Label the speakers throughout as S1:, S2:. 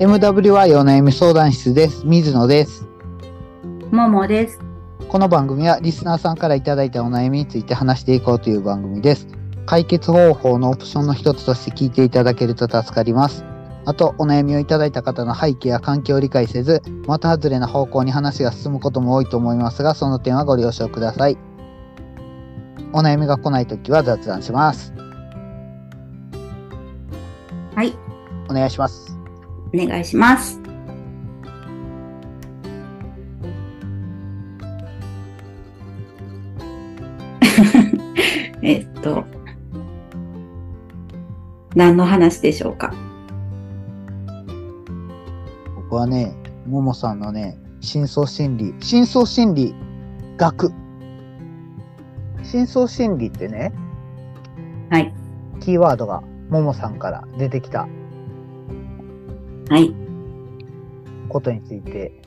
S1: MWI お悩み相談室です。水野です。
S2: ももです。
S1: この番組はリスナーさんからいただいたお悩みについて話していこうという番組です。解決方法のオプションの一つとして聞いていただけると助かります。あと、お悩みをいただいた方の背景や環境を理解せず、的外れな方向に話が進むことも多いと思いますが、その点はご了承ください。お悩みが来ないときは雑談します。
S2: はい、
S1: お願いします。
S2: お願いします。 えっと、何の話でしょうか。
S1: 僕はね、ももさんのね、深層心理、深層心理学。深層心理ってね、
S2: はい。
S1: キーワードがももさんから出てきた
S2: はい。
S1: ことについて、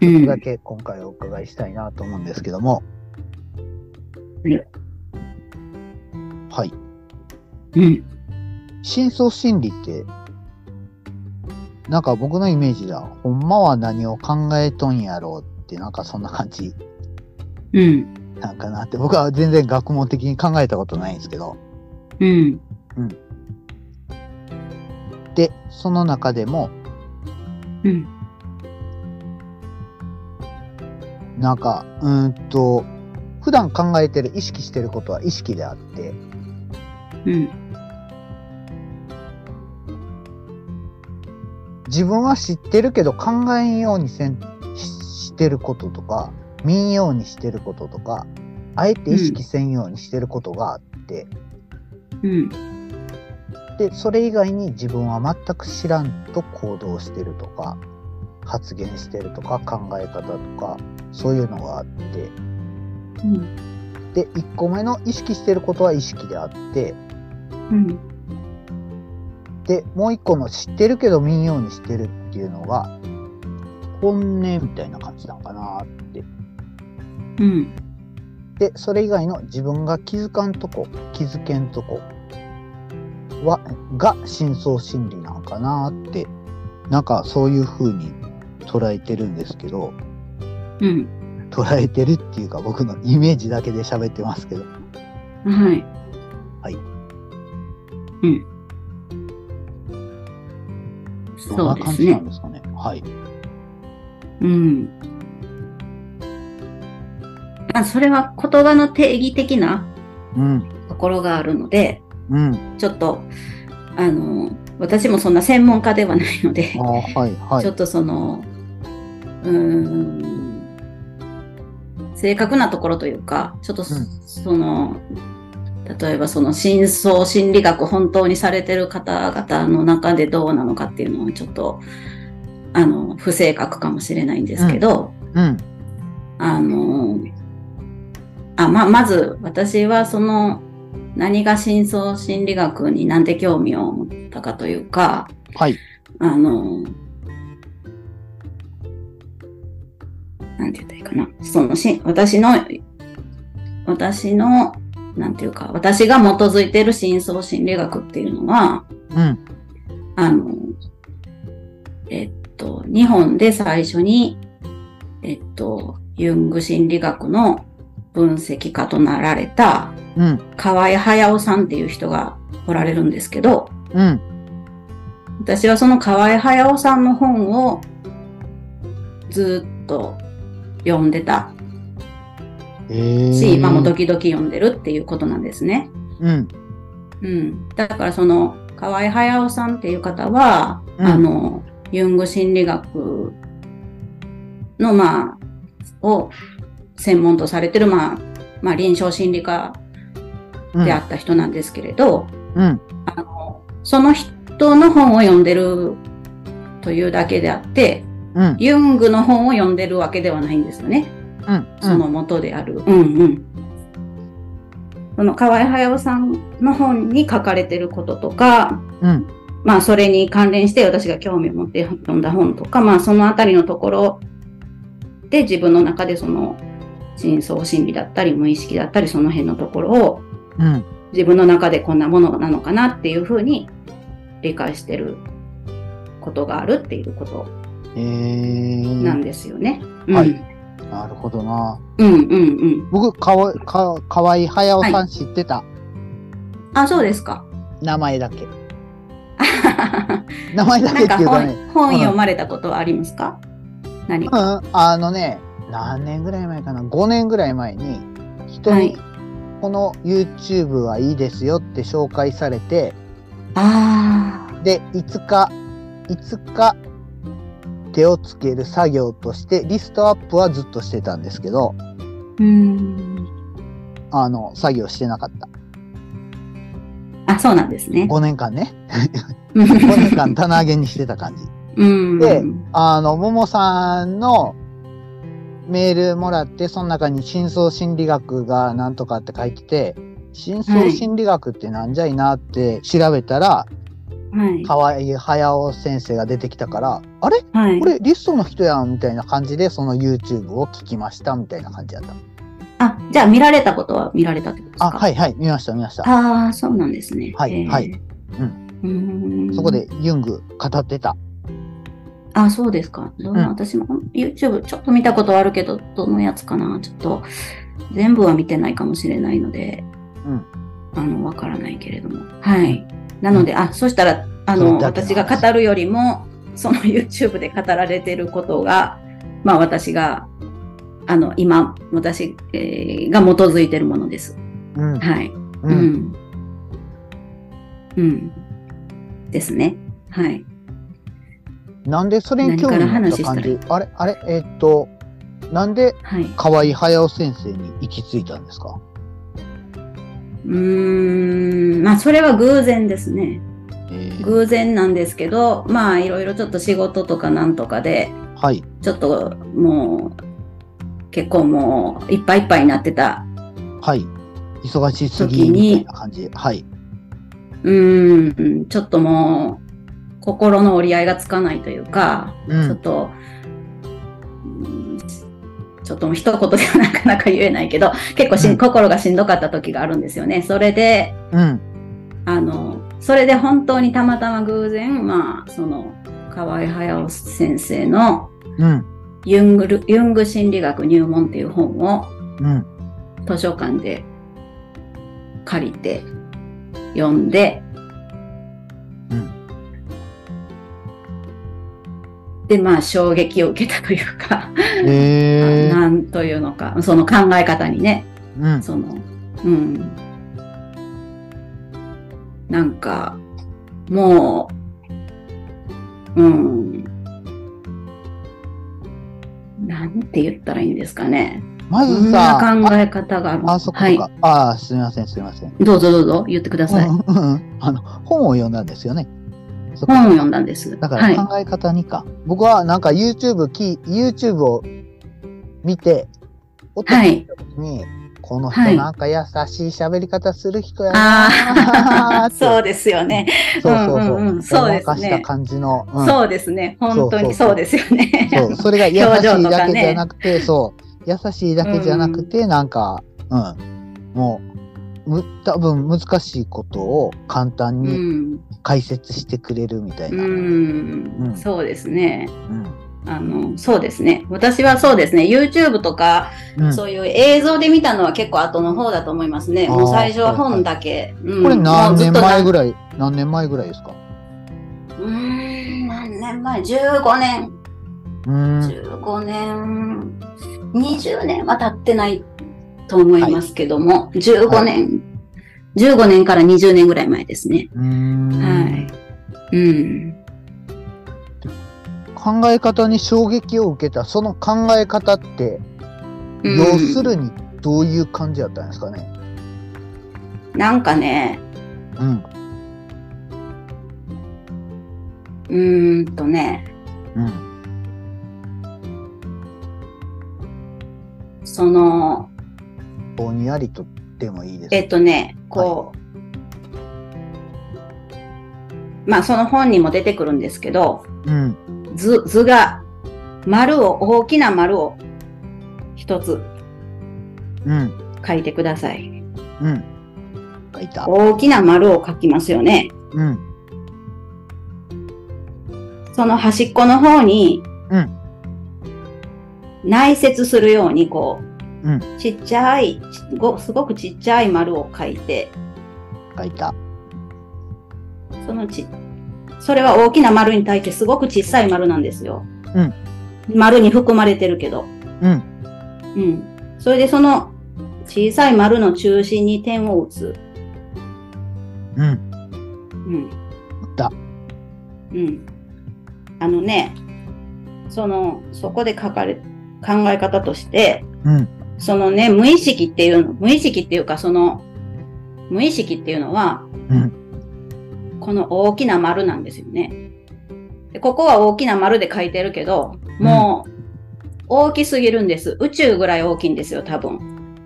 S2: う
S1: それ
S2: ん。
S1: だけ今回お伺いしたいなと思うんですけども。
S2: はい
S1: はい。
S2: うん。
S1: 深層心理って、なんか僕のイメージだ。ほんまは何を考えとんやろうって、なんかそんな感じ
S2: うん。
S1: なんかなって、僕は全然学問的に考えたことないんですけど。
S2: うん。
S1: で、その中でも、
S2: うん。
S1: なんか、うーんと、普段考えてる、意識してることは意識であって、
S2: うん。
S1: 自分は知ってるけど考えんようにせんししてることとか、見んようにしてることとか、あえて意識せんようにしてることがあって、
S2: うん。
S1: で、それ以外に自分は全く知らんと行動してるとか、発言してるとか、考え方とか、そういうのがあって、
S2: うん。
S1: で、1個目の意識してることは意識であって、
S2: うん。
S1: でもう一個の知ってるけど見んようにしてるっていうのが本音みたいな感じなのかなって
S2: うん。
S1: でそれ以外の自分が気づかんとこ気づけんとこはが深層心理なのかなってなんかそういう風に捉えてるんですけど
S2: うん。
S1: 捉えてるっていうか僕のイメージだけで喋ってますけど
S2: はい。
S1: はい。
S2: うん。
S1: どん
S2: そう
S1: な
S2: で
S1: 感
S2: す
S1: じな
S2: ね
S1: ん。ですかねはい
S2: うん。あそれは言葉の定義的な
S1: うん
S2: ところがあるので、
S1: うん
S2: ちょっと、あの、私もそんな専門家ではないので
S1: あ、ーはいは
S2: ちょ
S1: い
S2: っとその、うーん、正確なところというか、ちょっとそ,、
S1: うん
S2: の、例えばその深層心理学本当にされてる方々の中でどうなのかっていうのはちょっと、あの、不正確かもしれないんですけど、
S1: うん
S2: あのあままず私はその何が深層心理学になんで興味を持ったかというか
S1: はい
S2: あのなんて言ったらいいかなそのし私の私のなんていうか私が基づいてる深層心理学っていうのは
S1: うん
S2: あのえっと日本で最初にえっと、ユング心理学の分析家となられた
S1: うん
S2: 河合駿さんっていう人がおられるんですけど、
S1: うん
S2: 私はその河合駿さんの本をずっと読んでた
S1: えー
S2: し、今も時々読んでるっていうことなんですね。
S1: うん
S2: うん。だからその河合駿さんっていう方は、
S1: うん
S2: あの、ユング心理学の、まあ、を専門とされてる、まあ、まあ、臨床心理科
S1: うん
S2: であった人なんですけれど、
S1: うん
S2: あのその人の本を読んでるというだけであって、
S1: うん
S2: ユングの本を読んでるわけではないんですよね。
S1: うん
S2: その元である。うんうん。その河合駿さんの本に書かれてることとか、
S1: うん
S2: まあそれに関連して私が興味を持って読んだ本とか、まあそのあたりのところで自分の中でその深層心理だったり無意識だったりその辺のところを
S1: うん
S2: 自分の中でこんなものなのかなっていうふうに理解してることがあるっていうこと
S1: え
S2: なん
S1: ー、
S2: ですよね。
S1: は
S2: うん
S1: いなるほどな。
S2: うんうんうん。
S1: 僕、かわか河合駿さん知ってた、
S2: あ、そうです か。
S1: 名前だけ。名前だけ
S2: な
S1: っ
S2: ん
S1: てい
S2: か
S1: うか
S2: 本
S1: ね。
S2: 本読まれたことはありますか何
S1: う
S2: か。
S1: ん、あのね、何年ぐらい前かな、5年ぐらい前に、人
S2: はい
S1: に、この YouTube はいいですよって紹介されて、
S2: あ
S1: で、いつか、いつか、手をつける作業として、リストアップはずっとしてたんですけど、
S2: あ、うん。
S1: あの、作業してなかった。
S2: あ、そうなんですね。
S1: 5年間ね。
S2: うん
S1: 5年間棚上げにしてた感じ。
S2: うん。
S1: であの、ももさんのメールもらって、その中に深層心理学がなんとかって書いてて、深層心理学ってなんじゃいなって調べたら、
S2: はい。
S1: 河合駿先生が出てきたから、あれ
S2: はい
S1: こ。れリストの人やんみたいな感じで、その YouTube を聞きましたみたいな感じだった。
S2: あ、じゃあ見られたことは見られたってことですか
S1: あ、はいはい、見ました見ました。
S2: ああ、そうなんですね。。
S1: はいはい。うん
S2: うん。
S1: そこで。ユング語ってた。
S2: あ、そうですか。どう
S1: うん
S2: 私も YouTube ちょっと見たことはあるけど、どのやつかなちょっと、全部は見てないかもしれないので、
S1: うん
S2: あの、わからないけれども。はい。なので、あ、そしたら、あの、
S1: それだけの話
S2: 私が語るよりも、その YouTube で語られてることが、まあ私が、あの、今、私、えーが基づいてるものです。
S1: うん、
S2: はい。
S1: う、
S2: うんん。うん。ですね。はい。
S1: なんでそれに興味持った感じ
S2: 何
S1: あれあれえーっと、なんで
S2: はい。う
S1: 河合駿先生に行き着いたんですか
S2: ーん。まあ、それは偶然ですね。偶然なんですけど、まあ、いろいろちょっと仕事とかなんとかで、
S1: はい。
S2: ちょっともう、結構もう、いっぱいいっぱいになってた。
S1: はい。忙しすぎ
S2: 時に
S1: みたいな感じ。はい。
S2: うーん。ちょっともう、心の折り合いがつかないというか、
S1: う
S2: ちょ
S1: ん。
S2: っと、うんちょっともう一言ではなかなか言えないけど、結構し
S1: うん
S2: ん心がしんどかった時があるんですよね。それで、
S1: うん。
S2: あの、それで本当にたまたま偶然、まあ、その、河合駿先生の
S1: うん。
S2: ユングルユング心理学入門っていう本を
S1: うん。
S2: 図書館で借りて読んで、
S1: うん。
S2: で、まあ、衝撃を受けたというか、
S1: へえ。
S2: なんというのか、その考え方にね、
S1: うん。
S2: その、うん。なんか、もう、うん。なんて言ったらいいんですかね。
S1: ま
S2: こん
S1: ず
S2: な
S1: さ、
S2: 考え方がある。
S1: あ、あそこ
S2: はい
S1: か。。ああ、すみません、すみません。
S2: どうぞどうぞ言ってください。
S1: うんうんうんあの、本を読んだんですよね。そっか
S2: 本を読んだんです。
S1: だか
S2: はい
S1: ら。考え方にか。僕はなんか YouTube き、YouTube を見て、音
S2: は
S1: 聞
S2: い
S1: いた時に、この
S2: は
S1: 人
S2: い
S1: なんか優しい喋り方する人やな
S2: あ
S1: あ
S2: あ、
S1: ー
S2: そうですよね。
S1: そうそうそう。
S2: うんうんうんそうですね
S1: ごまかした感じの。うん
S2: そうですね。本当に
S1: そうそうそう
S2: そうですよね。
S1: そう、それが優し
S2: 表情
S1: い
S2: と
S1: だ
S2: か
S1: け
S2: ね
S1: じゃなくて、そう、優しいだけじゃなくて、なんか、うん、もう、む、多分難しいことを簡単
S2: う
S1: に
S2: ん。
S1: 解説してくれるみたいうな。うん。うん
S2: ん。そうですね。
S1: うん。
S2: あの、そうですね。私はそうですね。YouTube とか、そういう映像で見たのは結構後の方だと思いますね。
S1: あー
S2: もう最初は
S1: はいはい
S2: 本だけ。うん
S1: これ何年前
S2: もうずっ
S1: ぐらい、何年前ぐらいですか
S2: となうーん、何年前 ?15 年。
S1: うーん。
S2: 15年。20年は経ってないと思いますけども、15年、15年から20年ぐらい前ですね。
S1: うーん
S2: はい。うん。
S1: 考え方に衝撃を受けた、その考え方って、
S2: うん
S1: 要するにどういう感じだったんですかね。
S2: なんかね、
S1: うん。
S2: うーんとね、
S1: うん。
S2: その、
S1: ぼんやりとでもいいです。
S2: えっとね、こう、まあその本にも出てくるんですけど、
S1: うん。
S2: 図、図が、丸を、大きな丸を一つ
S1: うん。
S2: 書いてください。
S1: うん。がいた。
S2: 大きな丸を書きますよね。
S1: うん。
S2: その端っこの方に、
S1: うん
S2: 内接するように、こう、
S1: うん
S2: ちっちゃいちご、すごくちっちゃい丸を書いて、
S1: 書いた。
S2: そのち、それは大きな丸に対してすごく小さい丸なんですよ。
S1: うん
S2: 丸に含まれてるけど。
S1: うん。
S2: うん。それでその小さい丸の中心に点を打つ。
S1: うん。
S2: うん。
S1: だ。
S2: うん。あのね、その、そこで書かれ、考え方として、
S1: うん。
S2: そのね、無意識っていうの、無意識っていうかその、無意識っていうのは、
S1: うん。
S2: この大きな丸なんですよね。でここは大きな丸で書いてるけど、もう大きすぎるんです。宇宙ぐらい大きいんですよ、多分。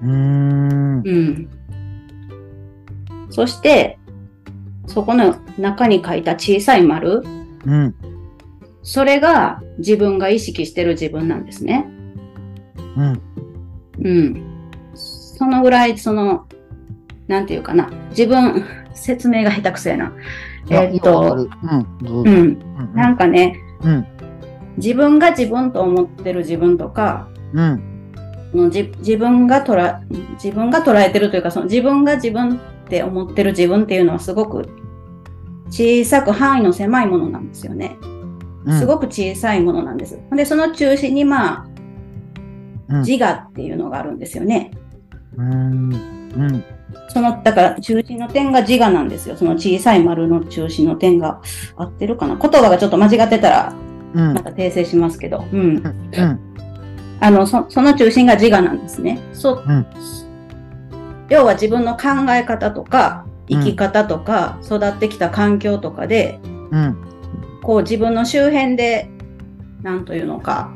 S1: うーん。
S2: うん。そして、そこの中に書いた小さい丸、
S1: うん。
S2: それが自分が意識してる自分なんですね。
S1: うん。
S2: うん。そのぐらい、その、なんていうかな、自分、 説明が下手くそやな。えーっ
S1: いやわか
S2: と、
S1: るうん。どう
S2: う
S1: うん
S2: ん。な
S1: うん
S2: かね、
S1: うん
S2: 自分が自分と思ってる自分とか、
S1: ん。うん。
S2: そのじ自分が捉え、自分が捉えてるというか、その自分が自分って思ってる自分っていうのはすごく小さく範囲の狭いものなんですよね。
S1: うん。
S2: す
S1: く。
S2: ごく小さいものなんです。で、その中心にま
S1: う
S2: あ、
S1: ん
S2: 自我っていうのがあるんですよね。
S1: うん。うん。
S2: その、だから中心の点が自我なんですよ。その小さい丸の中心の点が合ってるかな。言葉がちょっと間違ってたら、
S1: うん
S2: ま。た訂正しますけど。うん。
S1: うん。
S2: あのそその中心が自我なんですね。そう
S1: うん
S2: 要は自分の考え方とか生き方とか、育ってきた環境とかで
S1: うん。
S2: こう自分の周辺で何というのか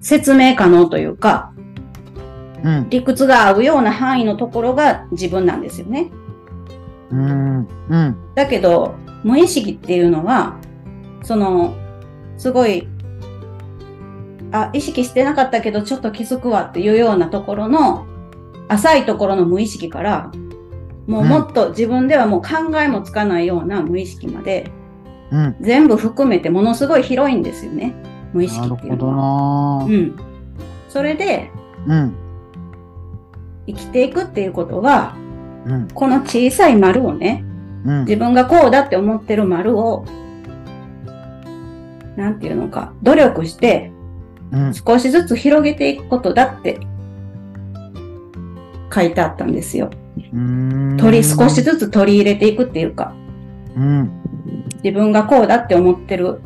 S2: 説明可能というか
S1: うん。
S2: 理屈が合うような範囲のところが自分なんですよね。
S1: うん。うん。
S2: だけど無意識っていうのはそのすごいあ意識してなかったけどちょっと気づくわっていうようなところの浅いところの無意識からもう
S1: うん
S2: もっと自分ではもう考えもつかないような無意識まで
S1: うん。
S2: 全部含めてものすごい広いんですよね無意識
S1: なる
S2: ってい
S1: ほ
S2: うの
S1: ど
S2: は。
S1: な
S2: うん、それで
S1: うん。
S2: 生きていくっていうことは
S1: うん。
S2: この小さい丸をね
S1: うん。
S2: 自分がこうだって思ってる丸を、なんていうのか、努力して
S1: うん。
S2: 少しずつ広げていくことだって書いてあったんですよ。
S1: うん。
S2: 取り、少し。ずつ取り入れていくっていうか、
S1: うん。
S2: 自分がこうだって思ってる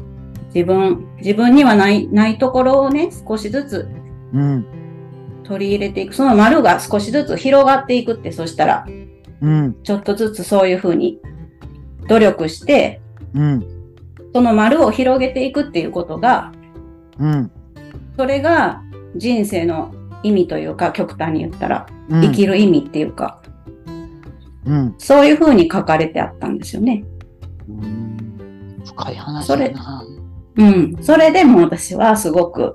S2: 自分、自分にはない、ないところをね、少しずつ
S1: うん。
S2: 取り入れていく。その丸が少しずつ広がっていくって、そしたら、
S1: うん。
S2: ちょっとずつそういうふうに努力して、
S1: うん。
S2: その丸を広げていくっていうことが、
S1: うん。
S2: それが人生の意味というか、極端に言ったら、
S1: うん。
S2: 生きる意味っていうか、
S1: うん。
S2: そういうふうに書かれてあったんですよね。
S1: うん深い話
S2: そ
S1: だ
S2: れ
S1: な。
S2: うん。それでも私はすごく、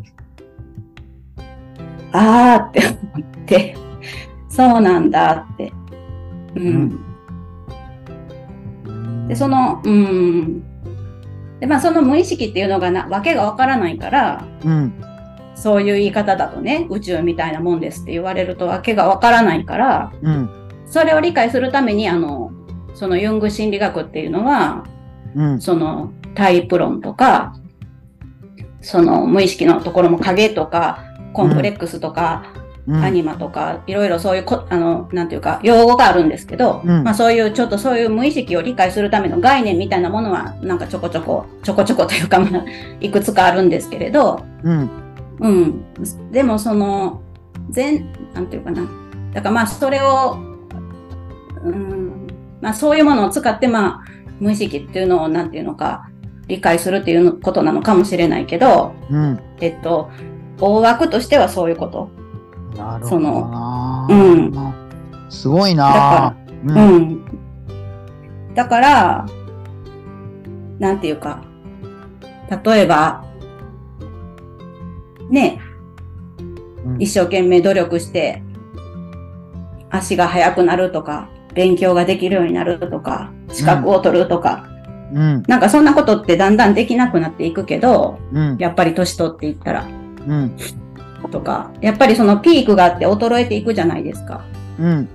S2: あーって思って、そうなんだって。うん。で、その、うん。で、まあその無意識っていうのがな、わけがわからないから、
S1: うん。
S2: そういう言い方だとね、宇宙みたいなもんですって言われるとわけがわからないから、
S1: うん。
S2: それを理解するためにあのそのユング心理学っていうのは
S1: うん。
S2: そのタイプ論とかその無意識のところも影とかコンプレックスとか、
S1: うん。
S2: アニマとかいろいろそういうこあのなんていうか用語があるんですけど、
S1: うん
S2: まあ、そういうちょっとそういう無意識を理解するための概念みたいなものはなんかちょこちょこちょこちょこというか、まあ、いくつかあるんですけれど、
S1: うん。
S2: うん。でもその、全、なんていうかな。だからまあそれを、うん、まあそういうものを使ってまあ無意識っていうのをなんていうのか理解するっていうのことなのかもしれないけど、
S1: うん。
S2: えっと、大枠としてはそういうこと。
S1: なるほ
S2: そ
S1: ど
S2: の
S1: な。
S2: うん。
S1: すごいな。う。
S2: うんん。だから、なんていうか、例えば、ね、
S1: うん
S2: 一生懸命努力して、足が速くなるとか、勉強ができるようになるとか、資格を取るとか、
S1: うん、
S2: なんかそんなことってだんだんできなくなっていくけど、
S1: うん、
S2: やっぱり年取っていったら
S1: うん、
S2: とか、やっぱりそのピークがあって衰えていくじゃないですか。
S1: うん、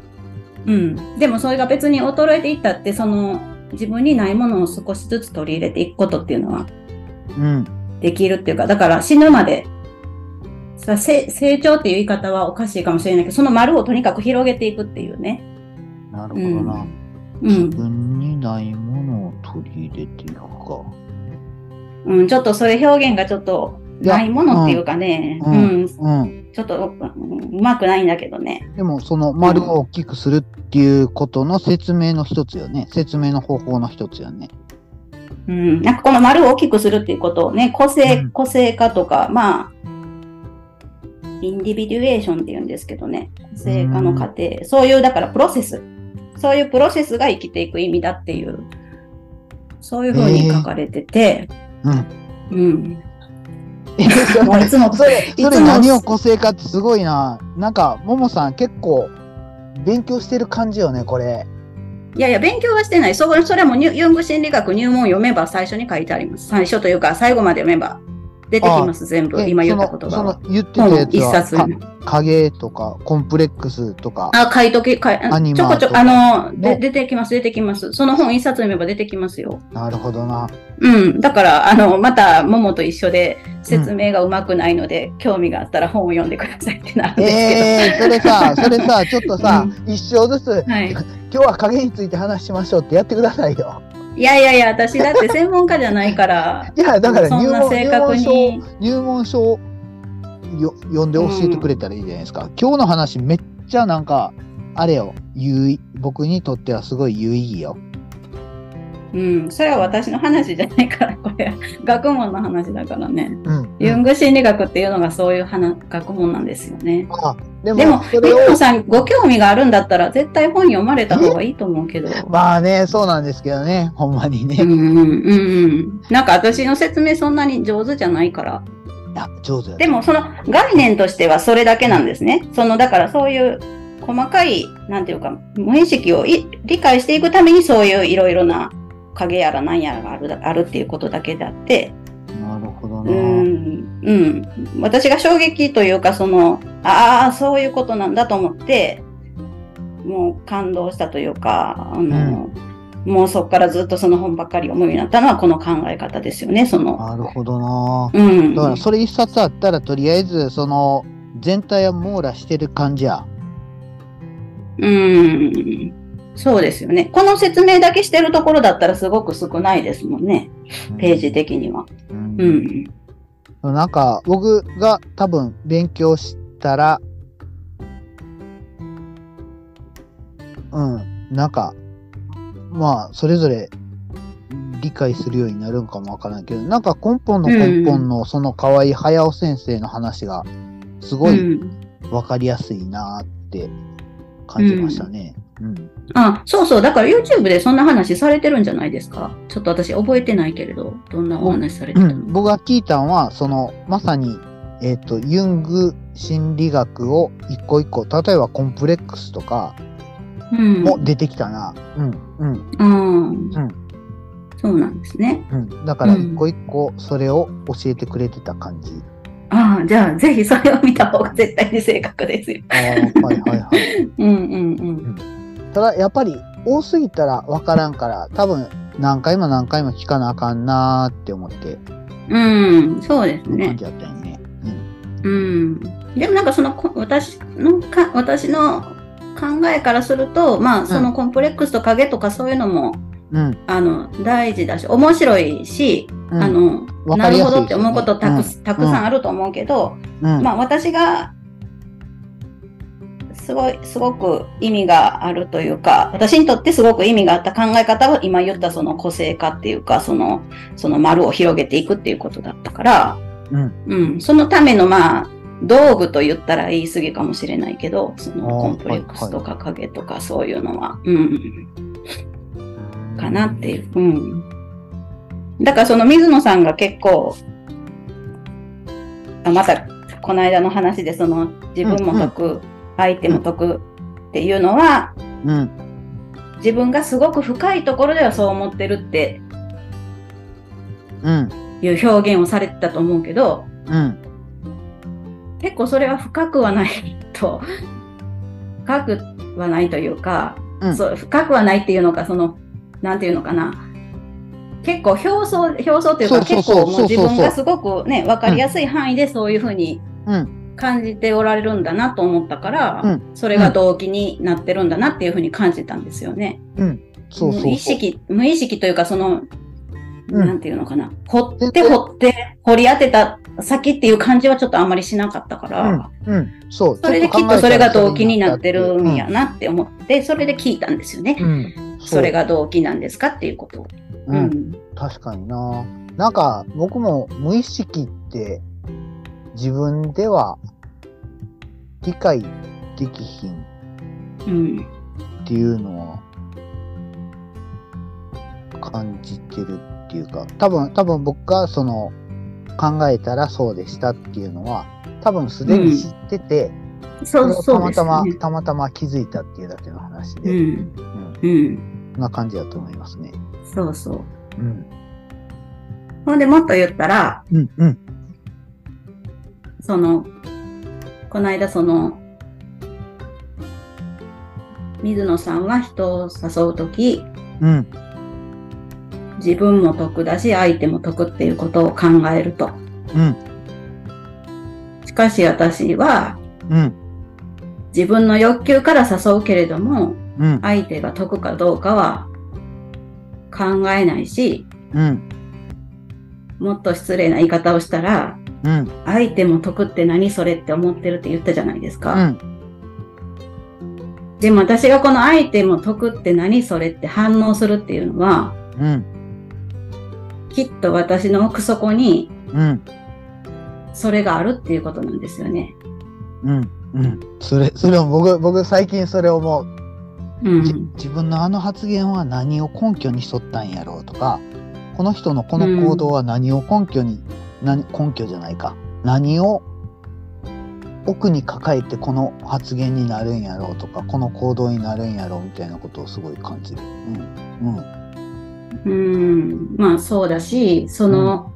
S2: うん。でもそれが別に衰えていったって、その自分にないものを少しずつ取り入れていくことっていうのは
S1: うん、
S2: できるっていうか、だから死ぬまで、させ成長っていう言い方はおかしいかもしれないけど、その丸をとにかく広げていくっていうね。
S1: なるほ
S2: う
S1: ど
S2: ん
S1: な。。
S2: うん
S1: 自分にないものを取り入れていくか。
S2: うん、ちょっとそれ表現がちょっとないものっていうかね、
S1: う
S2: うんん、
S1: うん。
S2: ちょっとうんうまくないんだけどね。
S1: でも、その丸を大きくするっていうことの説明の一つよね。説明の方法の一つよね。
S2: うん、なんかこの丸を大きくするっていうことをね、個
S1: う
S2: 性
S1: ん、
S2: 個性化とか、まあ、インディビデュエーションって言うんですけどね、個性化の過程、そういうだからプロセス、そういうプロセスが生きていく意味だっていう、そういうふうに書かれてて、
S1: うん。
S2: うん、
S1: えそ
S2: もういつも
S1: それ、
S2: いつ
S1: そ
S2: も
S1: れ何を個性化ってすごいな。なんか、ももさん結構勉強してる感じよね、これ。
S2: いやいや、勉強はしてない。そこそれもニュユング心理学入門読めば最初に書いてあります。最初というか、最後まで読めば出てきます、全部。
S1: え
S2: 今言った
S1: そ
S2: 言
S1: の
S2: 葉は
S1: そ。の言ってた
S2: 本
S1: やつ
S2: 一
S1: は
S2: 冊
S1: か。影とかコンプレックスとか。
S2: あ、書いとき、書い
S1: アニマー
S2: ちょこち
S1: と
S2: ょこ、
S1: か
S2: あの、
S1: ね
S2: で出てきます、出てきます。その本一冊読めば出てきますよ。
S1: なるほどな。
S2: うん。だから、あの、また、ももと一緒で説明がうまくないので、興味があったら本を読んでくださいってなるんですけど。
S1: ええそれさ、それさ、ちょっとさ、一生ずつ、
S2: はい。
S1: 今日は影について話しましょうってやってくださいよ。
S2: いやいやいや、私だって専門家じゃないから。
S1: いや、 だから
S2: そ
S1: 入
S2: んな
S1: 門
S2: 正
S1: 入門
S2: 確
S1: 書
S2: に。
S1: 入門書をよ読んで教えてくれたらいいじゃないですか。今日の話めっちゃなんか、あれよ、有意僕にとってはすごい有意義よ。
S2: うん、それは私の話じゃないから、これ、学問の話だからね。
S1: うん。
S2: ユング心理学っていうのがそういう話学問なんですよね。
S1: あで
S2: でも
S1: も、、それ
S2: リ
S1: を
S2: ン、さん、ご興味があるんだったら、絶対本読まれた方がいいと思うけど。
S1: まあね、そうなんですけどね、ほんまに
S2: うん
S1: ね。
S2: うんうんうん。なんか私の説明そんなに上手じゃないから。
S1: あ、上手やね
S2: でもその概念としてはそれだけなんですね。そのだからそういう細かい、なんていうか、無意識をい理解していくためにそういういろいろな影やら何やらがあるあるっていうことだけであって、
S1: なるほど
S2: う
S1: な。
S2: ん、うん。私が衝撃というか、その、ああ、そういうことなんだと思って、もう感動したというか、あの、もうそこからずっとその本ばっかり思うようになったのはこの考え方ですよね、その。
S1: なるほどな。
S2: うん。
S1: だからそれ一冊あったらとりあえずその全体は網羅してる感じや。
S2: うん。そうですよね。この説明だけしてるところだったらすごく少ないですもんね、ページ的には。
S1: う。
S2: うんん。
S1: なんか僕が多分勉強したら、うん、なんかまあそれぞれ理解するようになるんかもわからんけど、なんか根本の根本のその河合隼雄先生の話がすご
S2: う
S1: い
S2: ん
S1: わかりやすいなーって感じましたね。うん。
S2: あ、そうそう。だから YouTube でそんな話されてるんじゃないですか。ちょっと私覚えてないけれど、どんなお話されて
S1: う
S2: たの
S1: ん、僕が聞いたんはそのまさに、えっとユング心理学を一個一個例えばコンプレックスとか
S2: うん。
S1: も出てきたな、うんうん
S2: うん
S1: ん。
S2: そうなんですね。
S1: うん、だから一個一個それを教えてくれてた感じ。
S2: ああ、じゃあ、ぜひそれを見た方が絶対に正確ですよ。
S1: あーはいはいはい、
S2: うんうんうん。
S1: ただやっぱり多すぎたら分からんから多分何回も何回も聞かなあかんなーって思って
S2: うん、そうです
S1: そんな感
S2: ね。
S1: じだったよね。
S2: うん。でもなんかその、こ私のか、私の考えからすると、まあ、そのコンプレックスと影とかそういうのも、
S1: うん、
S2: あの、大事だし、面白いし、
S1: うん、
S2: あの、
S1: わか
S2: な
S1: り
S2: る
S1: や
S2: ほ
S1: すいで
S2: どっ
S1: す
S2: て
S1: よ
S2: 思
S1: ね
S2: うことたく,、たくさんあると思うけど、
S1: うん、うん
S2: まあ私がすごいすごく意味があるというか私にとってすごく意味があった考え方は今言ったその個性化っていうかそのその丸を広げていくっていうことだったから、
S1: うん
S2: うんそのためのまあ道具と言ったら言い過ぎかもしれないけどそのコンプレックスとか影とかそういうのは、うん、かなっていう。うん。だからその水野さんが結構、あまたこの間の話でその自分も得、相手も得っていうのは、
S1: うん、
S2: 自分がすごく深いところではそう思ってるって
S1: うん、
S2: いう表現をされてたと思うけど、
S1: うん、
S2: 結構それは深くはないと、深くはないというか、
S1: うん
S2: そう深くはないっていうのか、その、なんていうのかな。結構表層、表層という
S1: そうそ
S2: か
S1: う
S2: 結
S1: そう
S2: 構もう自
S1: そうそう
S2: 分
S1: そう
S2: がすごくね、わかりやすい範囲でそういうふうに
S1: うん、
S2: 感じておられるんだなと思ったから、
S1: うん
S2: それが動機になってるんだなっていうふうに感じたんですよね。
S1: そうそうそう。
S2: 無意識、無意識というか、その、
S1: うん
S2: なんていうのかな。掘って
S1: 全然
S2: 掘って、掘り当てた先っていう感じはちょっとあんまりしなかったから、
S1: うん、うん、そう。
S2: それできっとそれが動機になってるんやなって思って、それで聞いたんですよね。
S1: うん。うん、
S2: それが動機なんですかっていうことを。
S1: う、
S2: うんん
S1: 確かにな。なんか僕も無意識って自分では理解できひん
S2: うん
S1: っていうのは感じてるっていうか、多分、多分僕がその考えたらそうでしたっていうのは、多分すでに知ってて、
S2: そ
S1: それ
S2: う
S1: を
S2: そうです
S1: たまたま、
S2: ね。
S1: たまたま気づいたっていうだけの話
S2: う
S1: で、
S2: ん。
S1: うん
S2: うん。
S1: そんな感じだと思いますね。
S2: そうそう。
S1: うん。
S2: ほんでもっと言ったら、
S1: うん、うん、
S2: その、この間その、水野さんは人を誘うとき、
S1: うん、
S2: 自分も得だし、相手も得っていうことを考えると。
S1: うん、
S2: しかし私は、
S1: うん、
S2: 自分の欲求から誘うけれども、
S1: うん、
S2: 相手が得かどうかは考えないし、
S1: うん、
S2: もっと失礼な言い方をしたら、
S1: うん、
S2: 相手も得って何それって思ってるって言ったじゃないですか。
S1: うん、
S2: でも私がこの相手も得って何それって反応するっていうのは、
S1: うん、
S2: きっと私の奥底に
S1: うん、
S2: それがあるっていうことなんですよね。
S1: うん、うん。それ、それは僕、僕最近それ思う。
S2: う
S1: じ
S2: ん。
S1: 自分のあの発言は何を根拠にしとったんやろうとかこの人のこの行動は何を根拠に、何根拠じゃないか何を奥に抱えてこの発言になるんやろうとかこの行動になるんやろうみたいなことをすごい感じる。うん
S2: うん。まあそうだし、その、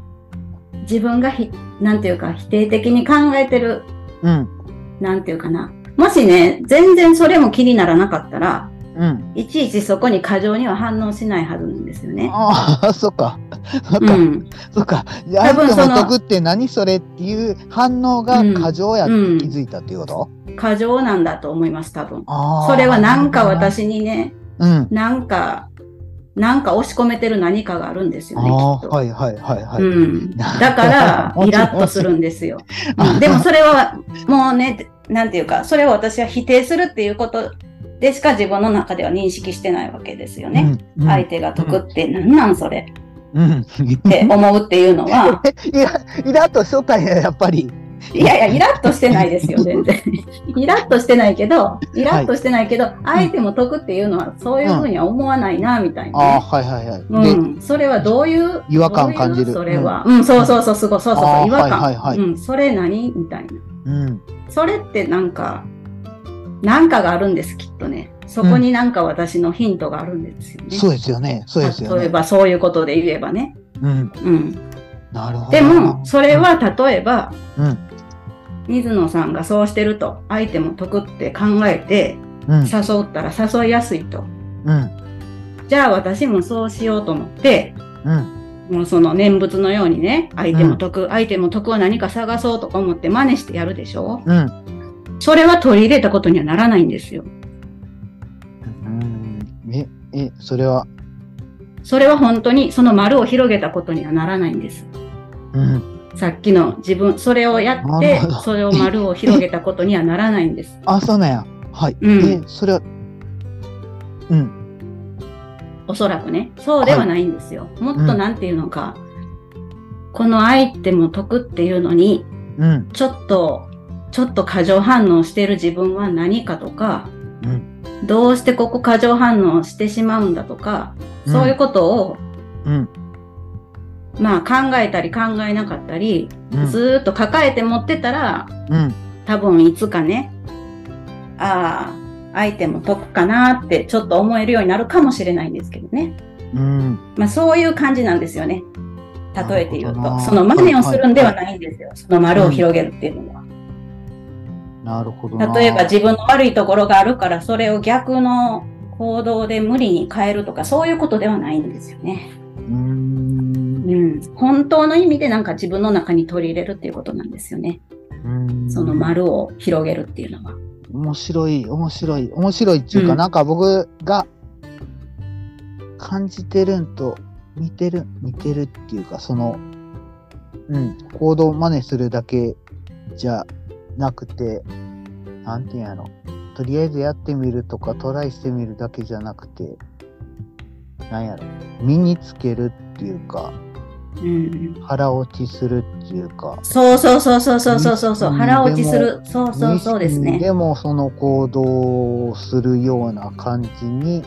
S2: 自分がひ、なんていうか否定的に考えてる、
S1: うん
S2: なんていうかな。もしね、全然それも気にならなかったら、
S1: うん、
S2: いちいちそこに過剰には反応しないはずなんですよね。
S1: ああそっかそっ
S2: う
S1: か、
S2: ん。
S1: そっか
S2: 多
S1: 相
S2: 分
S1: 手
S2: そ
S1: も
S2: の
S1: 得って何それっていう反応が過剰やって
S2: うん
S1: 気づいたっていうこと、
S2: 過剰なんだと思います、多分。
S1: ああ
S2: それはなんか私にね、
S1: うん
S2: なんか、なんか押し込めてる何かがあるんですよね、き
S1: あー
S2: っと。
S1: はいはいはいはい、
S2: うん、だか
S1: も
S2: ら、
S1: ち
S2: イラッとするんですよ。うんでもそれは、もうね、なんていうか、それを私は否定するっていうことでしか自分の中では認識してないわけですよね。
S1: うんうん
S2: 相手が得って何なんそれ
S1: うん。
S2: って思うっていうのは、
S1: イライラッとしとったんや、やっぱり。
S2: いやいや、イラッとしてな いですよ、全然。イラッとしてないけど、イラッとしてないけど、相手も得っていうのはそういうふうには思わないな、みたいなね、
S1: ああ、はいはいはい。
S2: う
S1: で、
S2: ん、それはどういう
S1: 違和感感じる
S2: どういうそれは、うん、そうそうそう、すごい、そうそう
S1: あー
S2: そう、違和感。
S1: はいはいはい
S2: うん、それ何みたいな。
S1: うん、
S2: それってなんか、なんかがあるんです、きっとね。そこになんか私のヒントがあるんですよね。
S1: そうですよね。そうですよ
S2: 例え
S1: ね。
S2: ば、そういうことで言えばね。
S1: うん、
S2: うん。
S1: なるほど。
S2: でも、、それは例えば、
S1: うん、
S2: 水野さんがそうしてると、相手も得って考えて、
S1: うん、
S2: 誘ったら誘いやすいと。
S1: うん、
S2: じゃあ私もそうしようと思って、
S1: うん、
S2: もうその念仏のようにね、相手も得、相手も得を何か探そうとか思って真似してやるでしょ
S1: うん。
S2: それは取り入れたことにはならないんですよ。
S1: うんえ、え、それは、
S2: それは本当にその丸を広げたことにはならないんです。
S1: うん。
S2: さっきの自分、それをやっ
S1: なる
S2: て
S1: ほど、
S2: それを丸を広げたことにはならないんです。
S1: あ、そうなんや。はい。
S2: うん
S1: え、それは、うん、
S2: おそらくね。そうではないんですよ。もっとなんていうのか、この相手も得っていうのに、
S1: うん、
S2: ちょっと、ちょっと過剰反応してる自分は何かとか、
S1: うん、
S2: どうしてここ過剰反応してしまうんだとか、
S1: うん
S2: そういうことを、
S1: うん、
S2: まあ考えたり考えなかったり、
S1: うん、
S2: ずーっと抱えて持ってたら、
S1: うん、
S2: 多分いつかね、ああ、相手も得かなってちょっと思えるようになるかもしれないんですけどね。
S1: うん、
S2: まあそういう感じなんですよね。例えて言
S1: なるほど
S2: うと、
S1: な
S2: その真似をするんではないんですよ。その丸を広げるっていうのは。
S1: なるほどな。
S2: 例えば自分の悪いところがあるから、それを逆の行動で無理に変えるとか、そういうことではないんですよね。
S1: うーん。
S2: うん。本当の意味でなんか自分の中に取り入れるっていうことなんですよね。
S1: うーん
S2: その丸を広げるっていうのは。
S1: 面白い、面白い、面白いっていうか、
S2: うん
S1: なんか僕が感じてるんと似てる、似てるっていうか、その、うん、行動を真似するだけじゃなくて、なんていうんやろ、とりあえずやってみるとか、トライしてみるだけじゃなくて、なんやろ、身につけるっていうか、
S2: うん。
S1: 腹落ちするっていうか、
S2: そうそうそうそうそうそうそうそう。
S1: うん
S2: 腹落ちす
S1: で
S2: る。そうそうそうです
S1: 無意識に
S2: ね。
S1: でもその行動をするような感じに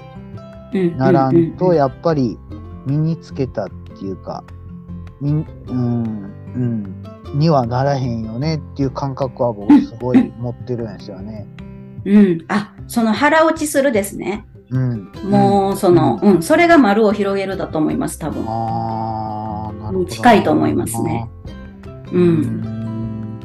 S2: うん。
S1: ならん
S2: う
S1: と
S2: う
S1: やっぱり身につけたっていうか、みんうんうんにはならへんよねっていう感覚は僕すごい持ってるんですよね。
S2: うん。あ、その腹落ちするですね。
S1: うん、
S2: もう、その、うん。それが丸を広げるだと思います、多
S1: うん、
S2: 分。
S1: あーなるほど
S2: 近いと思いますね。う。
S1: うんん。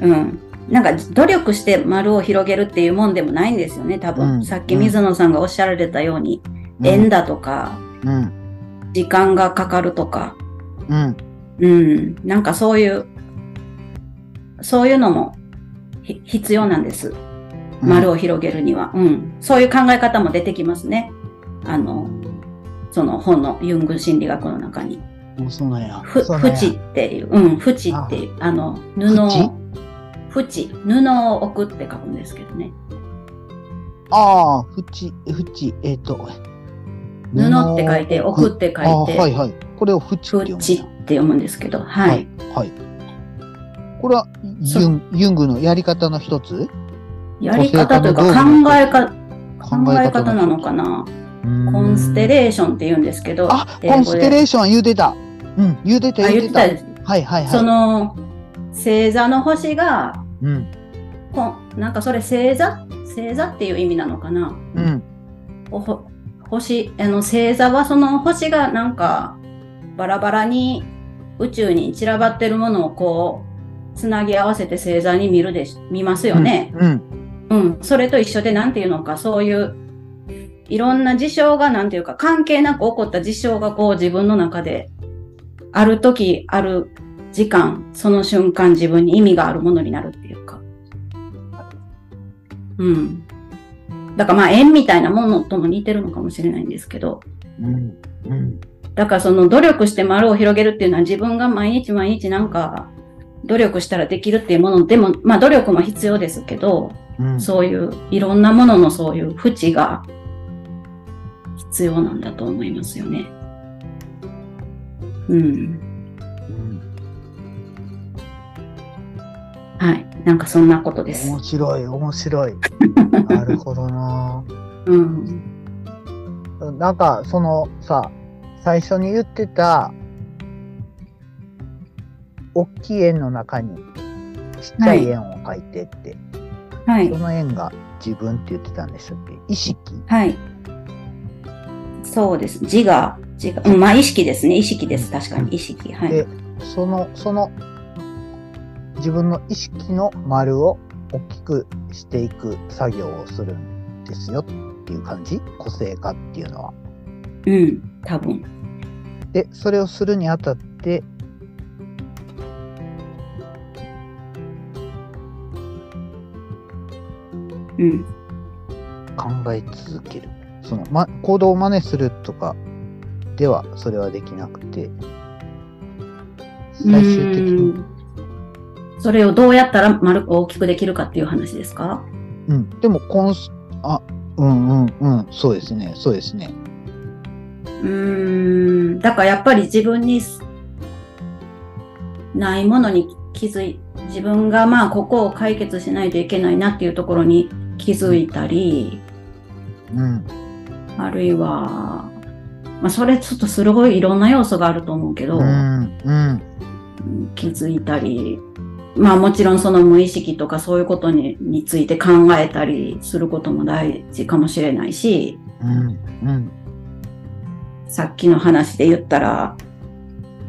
S2: うん。なんか努力して丸を広げるっていうもんでもないんですよね、多
S1: う
S2: 分。
S1: ん
S2: さっき水野さんがおっしゃられたように、縁だとか、
S1: うん。
S2: 時間がかかるとか、
S1: うん。
S2: うん。なんかそういう、そういうのもひ必要なんで
S1: う
S2: す。
S1: ん
S2: 丸を広げるには。うん。そういう考え方も出てきますね。あの、その本のユング心理学の中に。
S1: うんそうなんや。
S2: ふ、
S1: そうなんや
S2: 縁っていう、うん、縁っていう、あの、布を、縁布を置くって書くんですけどね。
S1: ああ、縁、縁、えっ、と、
S2: 布って書いて、置く
S1: っ
S2: って
S1: ああ
S2: 書い
S1: ー、はい
S2: て、
S1: はい。これを縁って呼ぶんや
S2: 縁って読むんですけど、はい。
S1: はい。これは
S2: そ
S1: ユンユングのやり方の一つ
S2: やり方というか
S1: 個性化の
S2: 考えか、
S1: 考
S2: 考え方なのかな。コンステ
S1: ーシ
S2: レーションって言うんですけど、
S1: あ、コンステレーション言うてた。うん、言うてた、
S2: あ、
S1: 言
S2: 言
S1: う
S2: って
S1: てた。
S2: た
S1: はいはいはい。
S2: その、星座の星が、
S1: うん、
S2: こんなんかそれ星座星座っていう意味なのかな。
S1: うん、
S2: おほ星あの星座はその星がなんかバラバラに宇宙に散らばってるものをこうつなぎ合わせて星座に見るでし見ますよね、
S1: うん、
S2: うんそれと一緒でなんていうのかそういういろんな事象がなんていうか関係なく起こった事象がこう自分の中である時ある時間その瞬間自分に意味があるものになるっていうかうんだからまあ縁みたいなものとも似てるのかもしれないんですけど
S1: うん、うん、
S2: だからその努力して丸を広げるっていうのは自分が毎日毎日なんか努力したらできるっていうものでも、まあ努力も必要ですけど、
S1: うん。
S2: そういういろんなもののそういう縁が必要なんだと思いますよね。うん。
S1: うん
S2: はい。なんかそんなことです。
S1: 面白い、面白 い。なるほどな。
S2: うん。
S1: なんか、そのさ、最初に言ってた、大きい円の中に、ちっちゃい円を描いてって、
S2: はい
S1: そ。の円が自分って言ってたんでしたっけ意識
S2: はい。そうです。自我。自我。うん、まあ意識ですね。意識です。確かに。意識。はい。
S1: でそのその自分の意識の丸を大きくしていく作業をするんですよっていう感じ個性化っていうのは。
S2: うん。多分。
S1: でそれをするにあたって
S2: うん。
S1: 考え続けるその、ま、行動を真似するとかではそれはできなくて最終的
S2: う
S1: に
S2: んそれをどうやったら丸く大きくできるかっていう話ですか
S1: うん、でもコンスあうんうんうんそうですねそうですね
S2: うーんだからやっぱり自分にすないものに気づい自分がまあここを解決しないといけないなっていうところに気づいたり
S1: うん
S2: あるいは、まあ、それちょっとすごいいろんな要素があると思うけど、
S1: うんうん
S2: 気づいたり、まあもちろんその無意識とかそういうことにについて考えたりすることも大事かもしれないし、
S1: うんうん
S2: さっきの話で言ったら、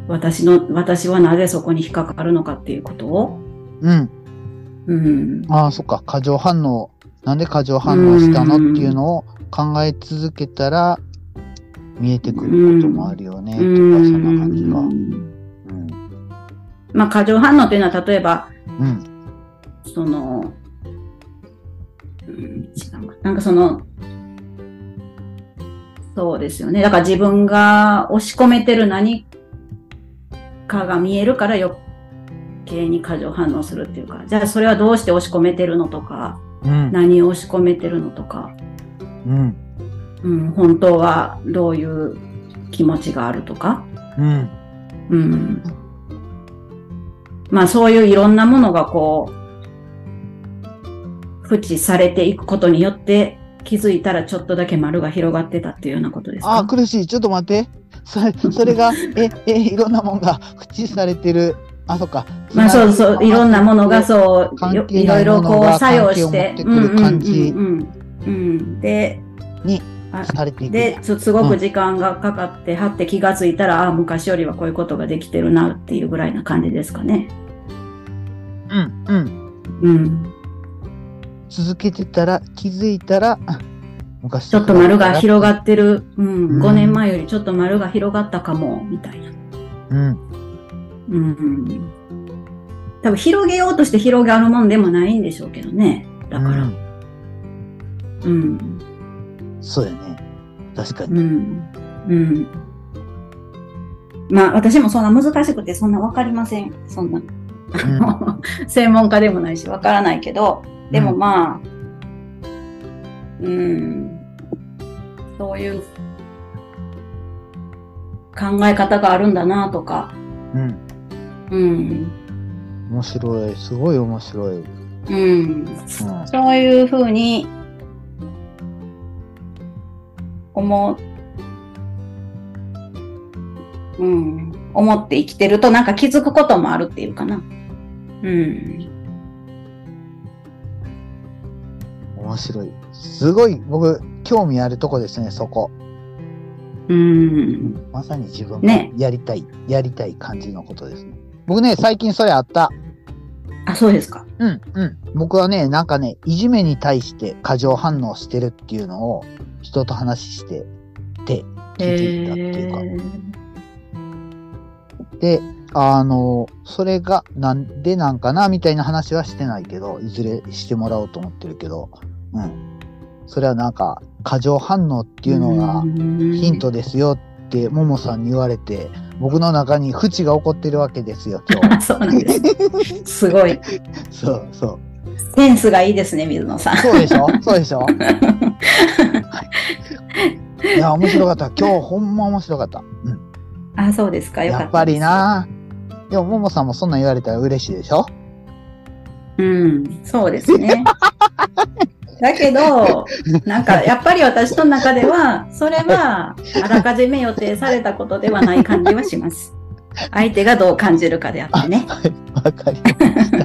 S2: 私の、私はなぜそこに引っかかるのかっていうことを、
S1: うん。
S2: うん。
S1: ああ、そっか。過剰反応。なんで過剰反応したのっていうのを考え続けたら、見えてくることもあるよね。とか、そんな感じが。
S2: うんまあ、過剰反応というのは、例えば、
S1: うん。うん。
S2: その、うん、違うかなんかその、そうですよね。だから自分が押し込めてる何かが見えるから余計に過剰反応するっていうか、じゃあそれはどうして押し込めてるのとか、
S1: うん。
S2: 何を押し込めてるのとか、
S1: うん。
S2: うん、本当はどういう気持ちがあるとか、
S1: うん。
S2: うん。まあそういういろんなものがこう、扶持されていくことによって、気づいたらちょっとだけ丸が広がってたっていうようなことですか
S1: あー、苦しい。ちょっと待って。 それ、それが、え、え、いろんなもんが 口されてる。あ、そっか。
S2: まあそうそう、いろんなものが
S1: う。
S2: そう、
S1: 関
S2: よ
S1: 係
S2: いろ
S1: ないい
S2: ろ
S1: もの
S2: こ
S1: が
S2: う作用して
S1: 関、係を持ってくる感じ
S2: うんうんうんうんうんで、
S1: に
S2: あ
S1: されていく。
S2: で、ちょすごく時間がかかって、はって気がついたら、ああ、昔よりはこういうことができてるなっていうぐらいな感じですかね。
S1: うん。うん。
S2: うん。
S1: 続けてたら、気づいたら、あ昔
S2: ちょっと丸が広が
S1: っ
S2: ってる。うん。
S1: うん
S2: 5年前よりちょっと丸が広がったかも、みたいな。
S1: うん。
S2: うん。多分広げようとして広がるもんでもないんでしょうけどね。だか
S1: う
S2: ら。
S1: ん
S2: うん。
S1: そうやね。確かに。
S2: うん。うん。まあ、私もそんな難しくて、そんなわかりません。そんな。 専門家でもないし、わからないけど、でもまあ、うん、そういう考え方があるんだなとか、
S1: うん。
S2: うん、
S1: 面白い。すごい面白い。うん。
S2: うん、そういうふうに思う、うん、思って生きてるとなんか気づくこともあるっていうかな。うん。
S1: 面白い。すごい、僕、興味あるとこですね、そこ。
S2: うん。
S1: まさに自分が
S2: ね
S1: やりたい、やりたい感じのことですね。僕ね、最近それあった。
S2: あ、そうですか。
S1: うん、うん。僕はね、なんかね、いじめに対して過剰反応してるっていうのを人と話してて、聞いていたっていうか。で、あの、それがなんでなんかな、みたいな話はしてないけど、いずれしてもらおうと思ってるけど、うん。それはなんか、過剰反応っていうのが、ヒ
S2: ヒ
S1: ントですよって、ももさんに言われて、僕の中に縁が起こってるわけですよ、今
S2: あそうなんです。すごい。
S1: 日。そうそう。
S2: センスがいいですね、水野さん。
S1: そうでしょそうでしょはいいや、面白かった。今日、ほんま面白かった。うん、
S2: あ、そうですか。よかった
S1: やっぱり。な。でも、ももさんもそんなん言われたら嬉しいでしょ
S2: うん、そうです ね。だけど、なんか、やっぱり私の中では、それは、あらかじめ予定されたことではない感じは します。相手がどう感じるかであってね。
S1: わかりました。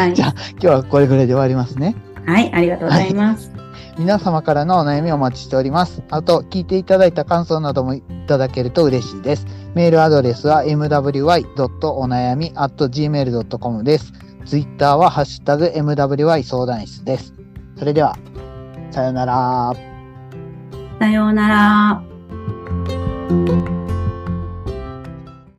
S2: はい
S1: じ。ゃあ、今日はこれぐらいで終わりますね。
S2: はい、ありがとうございます。
S1: 皆様からのお悩みをお待ちしております。あと、聞いていただいた感想などもいただけると嬉しいです。メールアドレスは mwy.onayami.gmail.com です。ツイッターはハッシュタグ mwy 相談室です。それでは、さようなら。
S2: さようなら。